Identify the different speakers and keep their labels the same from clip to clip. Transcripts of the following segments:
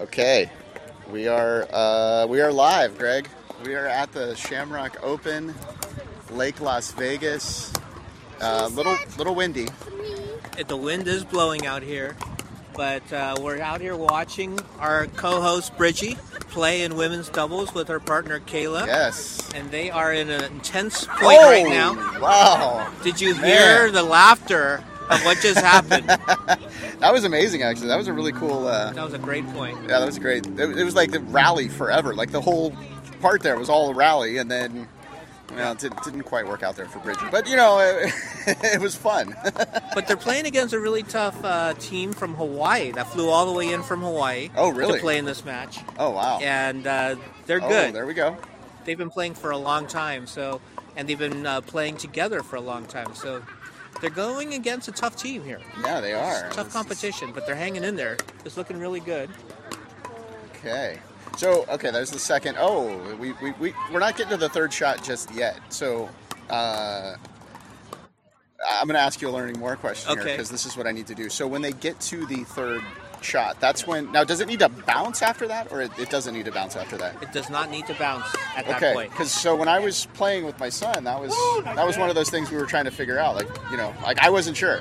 Speaker 1: Okay, we are uh, we are live, Greg. We are at the Shamrock Open, Lake Las Vegas. Uh, little little windy.
Speaker 2: It- The wind is blowing out here, but uh, we're out here watching our co-host Bridgie play in women's doubles with her partner Kayla,
Speaker 1: Yes.
Speaker 2: and they are in an intense point right
Speaker 1: Oh,
Speaker 2: now.
Speaker 1: Wow,
Speaker 2: Did you
Speaker 1: Man.
Speaker 2: hear the laughter of what just happened? that
Speaker 1: that was amazing. Actually, that was a really cool. Uh,
Speaker 2: was a great point.
Speaker 1: yeah, that was great. It, it was like the rally forever. Like the whole part there was all a rally, and then. Well, it didn't- didn't quite work out there for Bridget, but you know, it, it was fun.
Speaker 2: But they're playing against a really tough uh, team from Hawaii that flew all the way in from Hawaii.
Speaker 1: Oh, really?
Speaker 2: To play in this match,
Speaker 1: Oh wow!
Speaker 2: and uh, they're
Speaker 1: Oh,
Speaker 2: good.
Speaker 1: there we go.
Speaker 2: they've been playing for a long time so and they've been uh, playing together for a long time so they're going against a tough team here
Speaker 1: Yeah, they are.
Speaker 2: tough competition but they're hanging in there it's looking really good
Speaker 1: Okay. So okay, there's the second. Oh, we we we we're not getting to the third shot just yet. So. Uh, I'm going to ask you a learning more question here
Speaker 2: Okay.
Speaker 1: because this is what I need to do. So when they get to the third shot, that's when. Now, does it need to bounce after that, or it, it doesn't need to bounce after that?
Speaker 2: it does not need to bounce at that
Speaker 1: Okay,
Speaker 2: point
Speaker 1: because so when I was playing with my son, that was that was one of those things we were trying to figure out. Like you know, like I wasn't sure.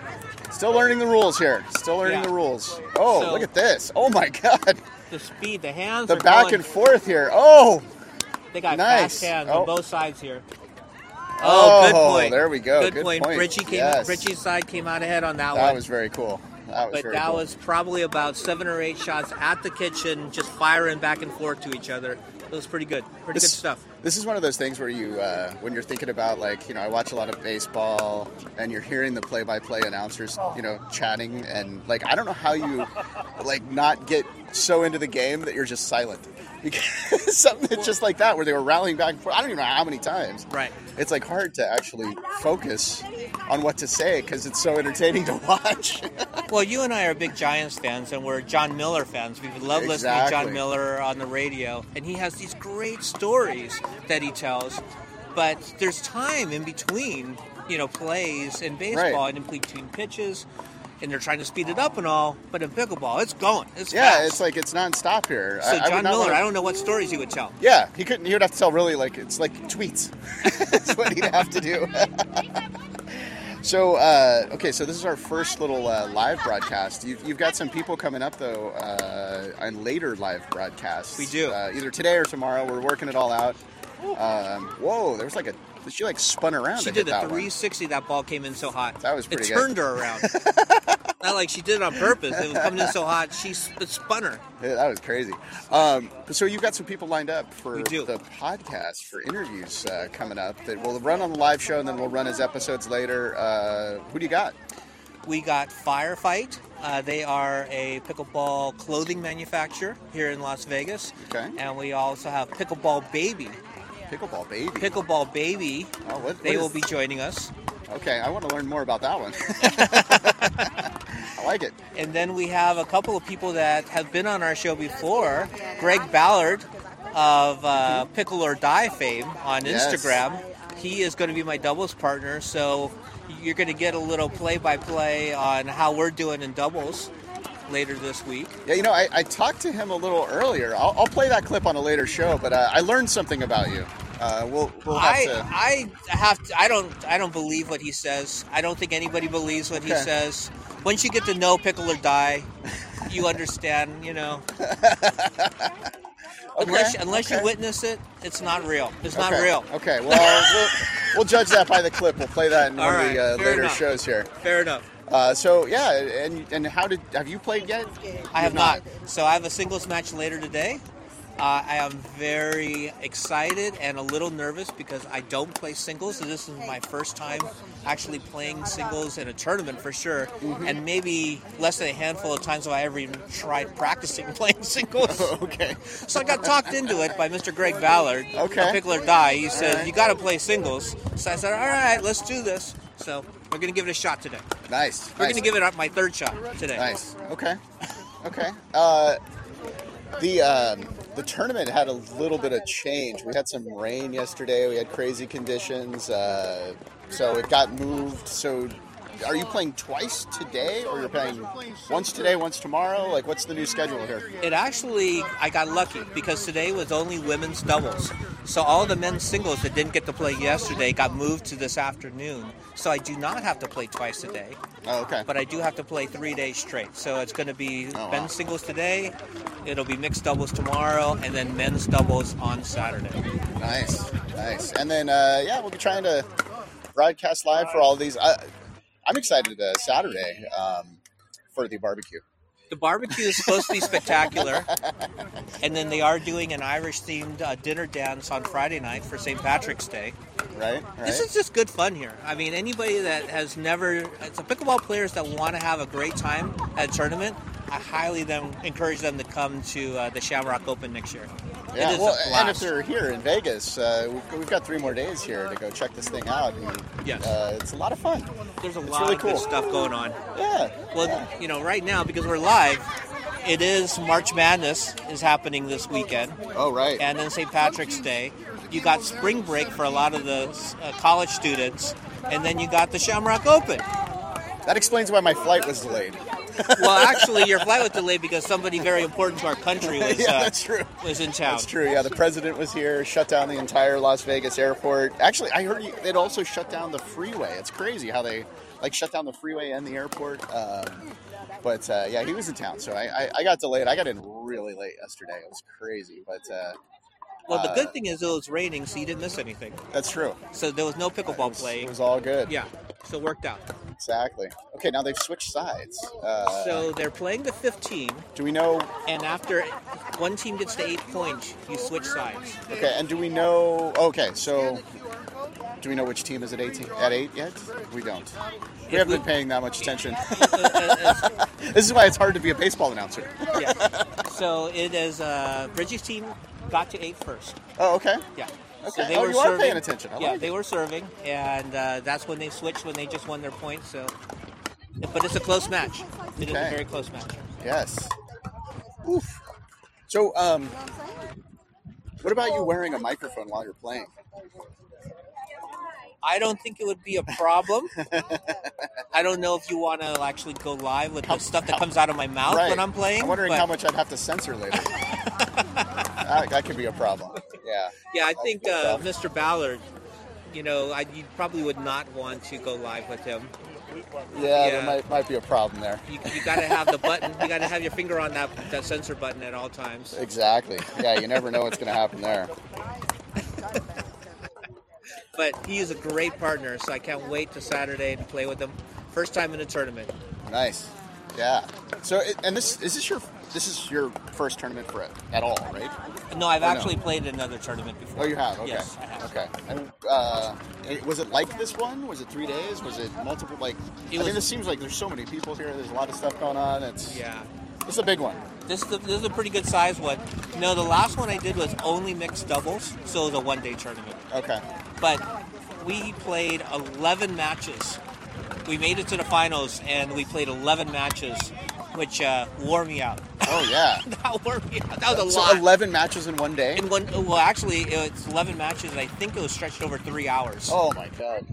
Speaker 1: Still learning the rules here. Still learning
Speaker 2: Yeah.
Speaker 1: the rules. Oh,
Speaker 2: So-
Speaker 1: look at this! Oh my God,
Speaker 2: the speed the hands
Speaker 1: the
Speaker 2: are
Speaker 1: back
Speaker 2: going-
Speaker 1: and forth here. Oh,
Speaker 2: they got
Speaker 1: nice.
Speaker 2: fast hands
Speaker 1: Oh.
Speaker 2: on both sides here
Speaker 1: Oh,
Speaker 2: good point
Speaker 1: there we go.
Speaker 2: good,
Speaker 1: Good
Speaker 2: point,
Speaker 1: point.
Speaker 2: Bridgie came
Speaker 1: Yes.
Speaker 2: Bridgie's side came out ahead on that,
Speaker 1: that
Speaker 2: one
Speaker 1: was very cool. That was
Speaker 2: but
Speaker 1: very
Speaker 2: that
Speaker 1: cool.
Speaker 2: was probably about seven or eight shots at the kitchen just firing back and forth to each other it was pretty good pretty good
Speaker 1: This-
Speaker 2: stuff
Speaker 1: This is one of those things where you, uh, when you're thinking about, like, you know, I watch a lot of baseball, and you're hearing the play-by-play announcers, you know, chatting, and like, I don't know how you, like, not get so into the game that you're just silent. Because something that's just like that, where they were rallying back and forth. I don't even know how many times.
Speaker 2: Right.
Speaker 1: It's like hard to actually focus on what to say because it's so entertaining to watch.
Speaker 2: Well, you and I are big Giants fans, and we're John Miller fans. We love listening to
Speaker 1: Exactly.
Speaker 2: John Miller on the radio, and he has these great stories that he tells. But there's time in between, you know, plays in baseball
Speaker 1: Right.
Speaker 2: and in between pitches, and they're trying to speed it up and all. But in pickleball, it's going. It's
Speaker 1: yeah,
Speaker 2: fast.
Speaker 1: it's like it's nonstop here.
Speaker 2: so
Speaker 1: would
Speaker 2: John
Speaker 1: not
Speaker 2: Miller.
Speaker 1: wanna-
Speaker 2: I don't know what stories he would tell.
Speaker 1: Yeah, he couldn't. He would have to tell really like it's like tweets. That's what he'd have to do. so uh, okay, so this is our first little uh, live broadcast. You've, you've got some people coming up though uh, on later live broadcasts.
Speaker 2: We do.
Speaker 1: uh, either today or tomorrow. We're working it all out. Um, whoa, there was like a she like spun around.
Speaker 2: She
Speaker 1: to
Speaker 2: did
Speaker 1: hit
Speaker 2: a
Speaker 1: that one.
Speaker 2: 360. That ball came in so hot.
Speaker 1: That was pretty
Speaker 2: It
Speaker 1: good.
Speaker 2: turned her around. Not like she did it on purpose. It was coming in so hot, she sp- it spun her.
Speaker 1: Yeah, that was crazy. Um, so you've got some people lined up for
Speaker 2: We do.
Speaker 1: the podcast for interviews uh, coming up that we'll run on the live show and then we'll run as episodes later. Uh, who do you got?
Speaker 2: We got Firefight. Uh, they are a pickleball clothing manufacturer here in Las Vegas.
Speaker 1: Okay.
Speaker 2: And we also have Pickleball Baby.
Speaker 1: Pickleball baby.
Speaker 2: Pickleball Baby,
Speaker 1: Oh, what-
Speaker 2: they
Speaker 1: what
Speaker 2: will
Speaker 1: is-
Speaker 2: be joining us.
Speaker 1: Okay, I want to learn more about that one. I like it.
Speaker 2: And then we have a couple of people that have been on our show before Greg Ballard of uh, Pickle or Die fame on
Speaker 1: Mm-hmm. Yes.
Speaker 2: Instagram. He is going to be my doubles partner, so you're going to get a little play by play on how we're doing in doubles later this week.
Speaker 1: Yeah, you know, I, I talked to him a little earlier. I'll, I'll play that clip on a later show, but uh, I learned something about you. Uh, we'll, we'll have to.
Speaker 2: I, I have to, I don't I don't believe what he says. I don't think anybody believes what he
Speaker 1: Okay.
Speaker 2: says. Once you get to know pickle or die, you understand, you know. Unless
Speaker 1: Okay,
Speaker 2: unless
Speaker 1: okay.
Speaker 2: you witness it, it's not real. It's not
Speaker 1: okay.
Speaker 2: real.
Speaker 1: Okay, well, we'll, we'll judge that by the clip. We'll play that in one
Speaker 2: All
Speaker 1: of
Speaker 2: right,
Speaker 1: the uh,
Speaker 2: fair
Speaker 1: later
Speaker 2: enough.
Speaker 1: shows here.
Speaker 2: Fair enough.
Speaker 1: Uh, so yeah, and and how did have you played yet?
Speaker 2: I have not. So I have a singles match later today. Uh, I am very excited and a little nervous because I don't play singles. So this is my first time actually playing singles in a tournament for sure,
Speaker 1: Mm-hmm.
Speaker 2: and maybe less than a handful of times have I ever even tried practicing playing singles.
Speaker 1: Okay.
Speaker 2: So I got talked into it by Mr. Greg Ballard,
Speaker 1: Okay.
Speaker 2: of Pickle or Die. He said,
Speaker 1: right.
Speaker 2: "You got to play singles." So I said, "All right, let's do this." So we're gonna give it a shot today.
Speaker 1: Nice.
Speaker 2: We're
Speaker 1: nice.
Speaker 2: gonna give it up my third shot today.
Speaker 1: Nice. Okay. Okay. Uh, the um, the tournament had a little bit of change. We had some rain yesterday. We had crazy conditions, uh, so it got moved. So are you playing twice today, or you're playing once today, once tomorrow? Like, what's the new schedule here?
Speaker 2: It actually, I got lucky because today was only women's doubles. So all the men's singles that didn't get to play yesterday got moved to this afternoon. So I do not have to play twice a day,
Speaker 1: Oh, okay.
Speaker 2: but I do have to play three days straight. So it's going to be
Speaker 1: wow.
Speaker 2: men's singles today, it'll be mixed doubles tomorrow, and then men's doubles on Saturday.
Speaker 1: Nice, nice. And then, uh, yeah, we'll be trying to broadcast live for all these. I, I'm excited uh, Saturday um, for the barbecue.
Speaker 2: The barbecue is supposed to be spectacular, and then they are doing an Irish-themed uh, dinner dance on Friday night for St. Patrick's Day.
Speaker 1: Right, right.
Speaker 2: This is just good fun here. I mean, anybody that has never, it's a pickleball players that want to have a great time at a tournament, I highly them encourage them to come to uh, the Shamrock Open next year.
Speaker 1: yeah.
Speaker 2: it is
Speaker 1: well,
Speaker 2: a
Speaker 1: and if
Speaker 2: blast.
Speaker 1: they're here in Vegas, uh, we've, we've got three more days here to go check this thing out. And,
Speaker 2: Yes.
Speaker 1: uh, it's a lot of fun.
Speaker 2: There's a
Speaker 1: it's
Speaker 2: lot
Speaker 1: really
Speaker 2: of
Speaker 1: cool.
Speaker 2: good stuff going on.
Speaker 1: Yeah.
Speaker 2: Well, you know, right now because we're live, it is March Madness is happening this weekend.
Speaker 1: Oh, right.
Speaker 2: and then St. Patrick's Day. You got spring break for a lot of the uh, college students, and then you got the Shamrock Open.
Speaker 1: that explains why my flight was delayed.
Speaker 2: Well, actually, your flight was delayed because somebody very important to our country was
Speaker 1: yeah,
Speaker 2: uh,
Speaker 1: that's true.
Speaker 2: was in town.
Speaker 1: That's true. Yeah, the president was here, shut down the entire Las Vegas airport. Actually, I heard you, they'd also shut down the freeway. It's crazy how they like shut down the freeway and the airport. Um, but uh, yeah, he was in town, so I, I, I got delayed. I got in really late yesterday. It was crazy, but uh,
Speaker 2: Well, the good thing is it was raining, so you didn't miss anything.
Speaker 1: that's true.
Speaker 2: So there was no
Speaker 1: It
Speaker 2: pickleball
Speaker 1: was, it
Speaker 2: playing.
Speaker 1: was all good.
Speaker 2: Yeah, so it worked out.
Speaker 1: exactly. Okay, now they've switched sides. Uh,
Speaker 2: So they're playing the 15,
Speaker 1: do we know?
Speaker 2: and after one team gets to eight points, you switch sides.
Speaker 1: Okay, and do we know? Okay, so do we know which team is at eighteen at eight yet? We don't. We haven't
Speaker 2: we-
Speaker 1: been paying that much attention.
Speaker 2: Uh, uh, uh,
Speaker 1: This is why it's hard to be a baseball announcer.
Speaker 2: yeah. So it is uh, Bridges' team got to eight first.
Speaker 1: Oh, okay.
Speaker 2: Yeah.
Speaker 1: Okay. Oh, you are paying attention. I
Speaker 2: yeah,
Speaker 1: like
Speaker 2: they were serving, and uh, that's when they switched when they just won their points. So, but it's a close match. It is
Speaker 1: Okay.
Speaker 2: a very close match.
Speaker 1: Yes. Oof. So, um, what about you wearing a microphone while you're playing?
Speaker 2: I don't think it would be a problem. I don't know if you want to actually go live with the stuff that comes out of my mouth when I'm playing.
Speaker 1: I'm wondering
Speaker 2: but
Speaker 1: how much I'd have to censor later. that, that could be a problem. Yeah.
Speaker 2: Yeah, I think uh,
Speaker 1: I'll-
Speaker 2: Mr. Ballard. You know, I, you probably would not want to go live with him.
Speaker 1: Yeah, there
Speaker 2: Yeah.
Speaker 1: might, might be a problem there.
Speaker 2: You, you got to have the button. You got to have your finger on that that sensor button at all times.
Speaker 1: Exactly. Yeah, you never know what's going to happen there.
Speaker 2: but he is a great partner, so I can't wait to Saturday to play with him. First time in a tournament.
Speaker 1: Nice. Yeah. So, it, and this is this your this is your first tournament for it at all, right?
Speaker 2: No, I've
Speaker 1: no.
Speaker 2: actually played another tournament before.
Speaker 1: Oh, you have. Okay.
Speaker 2: Yes, I have.
Speaker 1: Okay. And uh, it- was it like this one? Was it three days? Was it multiple? Like, I
Speaker 2: was-
Speaker 1: mean, this seems like there's so many people here. There's a lot of stuff going on. It's
Speaker 2: Yeah,
Speaker 1: It's a big one.
Speaker 2: this is, the, this is a pretty good size one. No, the last one I did was only mixed doubles, so it was a one day tournament.
Speaker 1: Okay.
Speaker 2: But we played 11 matches. We made it to the finals, and we played 11 matches, which uh, wore me out.
Speaker 1: Oh yeah.
Speaker 2: that wore me out. That was a
Speaker 1: so
Speaker 2: lot.
Speaker 1: eleven matches in one day.
Speaker 2: In one, well, actually, it's 11 matches, and I think it was stretched over three hours.
Speaker 1: Oh my god.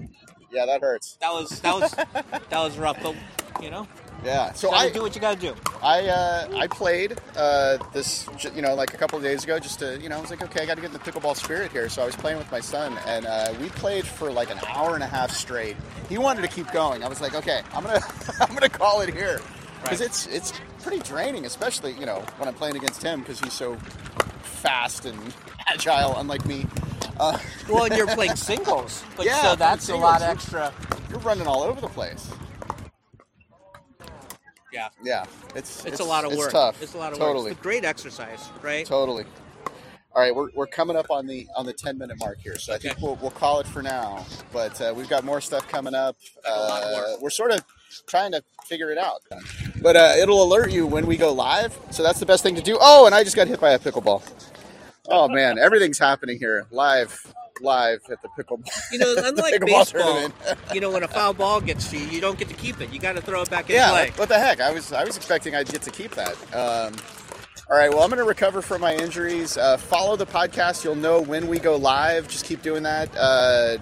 Speaker 1: Yeah, that hurts.
Speaker 2: that was that was that was rough, but you know,
Speaker 1: Yeah. So
Speaker 2: gotta
Speaker 1: I
Speaker 2: do what you gotta do.
Speaker 1: I uh, I played uh, this j- you know like a couple of days ago just to you know I was like okay I got to get in the pickleball spirit here so I was playing with my son and uh, we played for like an hour and a half straight. He wanted to keep going. I was like okay I'm gonna I'm gonna call it here because
Speaker 2: Right.
Speaker 1: it's it's pretty draining especially you know when I'm playing against him because he's so fast and agile unlike me. Uh,
Speaker 2: Well, and you're playing singles, but
Speaker 1: Yeah,
Speaker 2: so
Speaker 1: playing
Speaker 2: that's a lot
Speaker 1: singles.
Speaker 2: extra.
Speaker 1: you're running all over the place.
Speaker 2: Yeah,
Speaker 1: Yeah, it's
Speaker 2: it's, a lot of work.
Speaker 1: It's tough.
Speaker 2: It's a lot of
Speaker 1: totally.
Speaker 2: work. It's a great exercise, right?
Speaker 1: Totally. All right, we're, we're coming up on the on the ten minute mark here, so I think
Speaker 2: Okay.
Speaker 1: we'll, we'll call it for now. But uh, we've got more stuff coming up.
Speaker 2: a lot more.
Speaker 1: Uh, we're sort of trying to figure it out, but uh, it'll alert you when we go live. So that's the best thing to do. Oh, and I just got hit by a pickleball. Oh man, everything's happening here live, live at the pickleball.
Speaker 2: You know, unlike
Speaker 1: Pickleball
Speaker 2: baseball,
Speaker 1: tournament.
Speaker 2: you know, when a foul ball gets to you, you don't get to keep it. You got to throw it back in
Speaker 1: Yeah,
Speaker 2: play.
Speaker 1: what- what the heck? I was I was expecting I'd get to keep that. Um, all right, well, I'm going to recover from my injuries. Uh, follow the podcast; you'll know when we go live. Just keep doing that. Uh,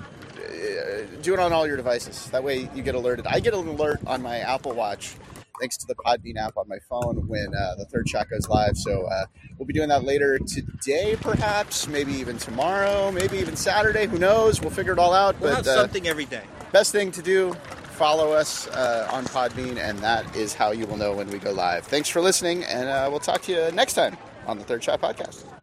Speaker 1: do it on all your devices. That way you get alerted. I get an alert on my Apple Watch thanks to the Podbean app on my phone when uh, the third shot goes live. So uh, we'll be doing that later today, perhaps, maybe even tomorrow, maybe even Saturday. Who knows? We'll figure it all out.
Speaker 2: We'll
Speaker 1: but
Speaker 2: have
Speaker 1: uh,
Speaker 2: something every day.
Speaker 1: best thing to do, follow us uh, on Podbean, and that is how you will know when we go live. Thanks for listening, and uh, we'll talk to you next time on the Third Shot Podcast.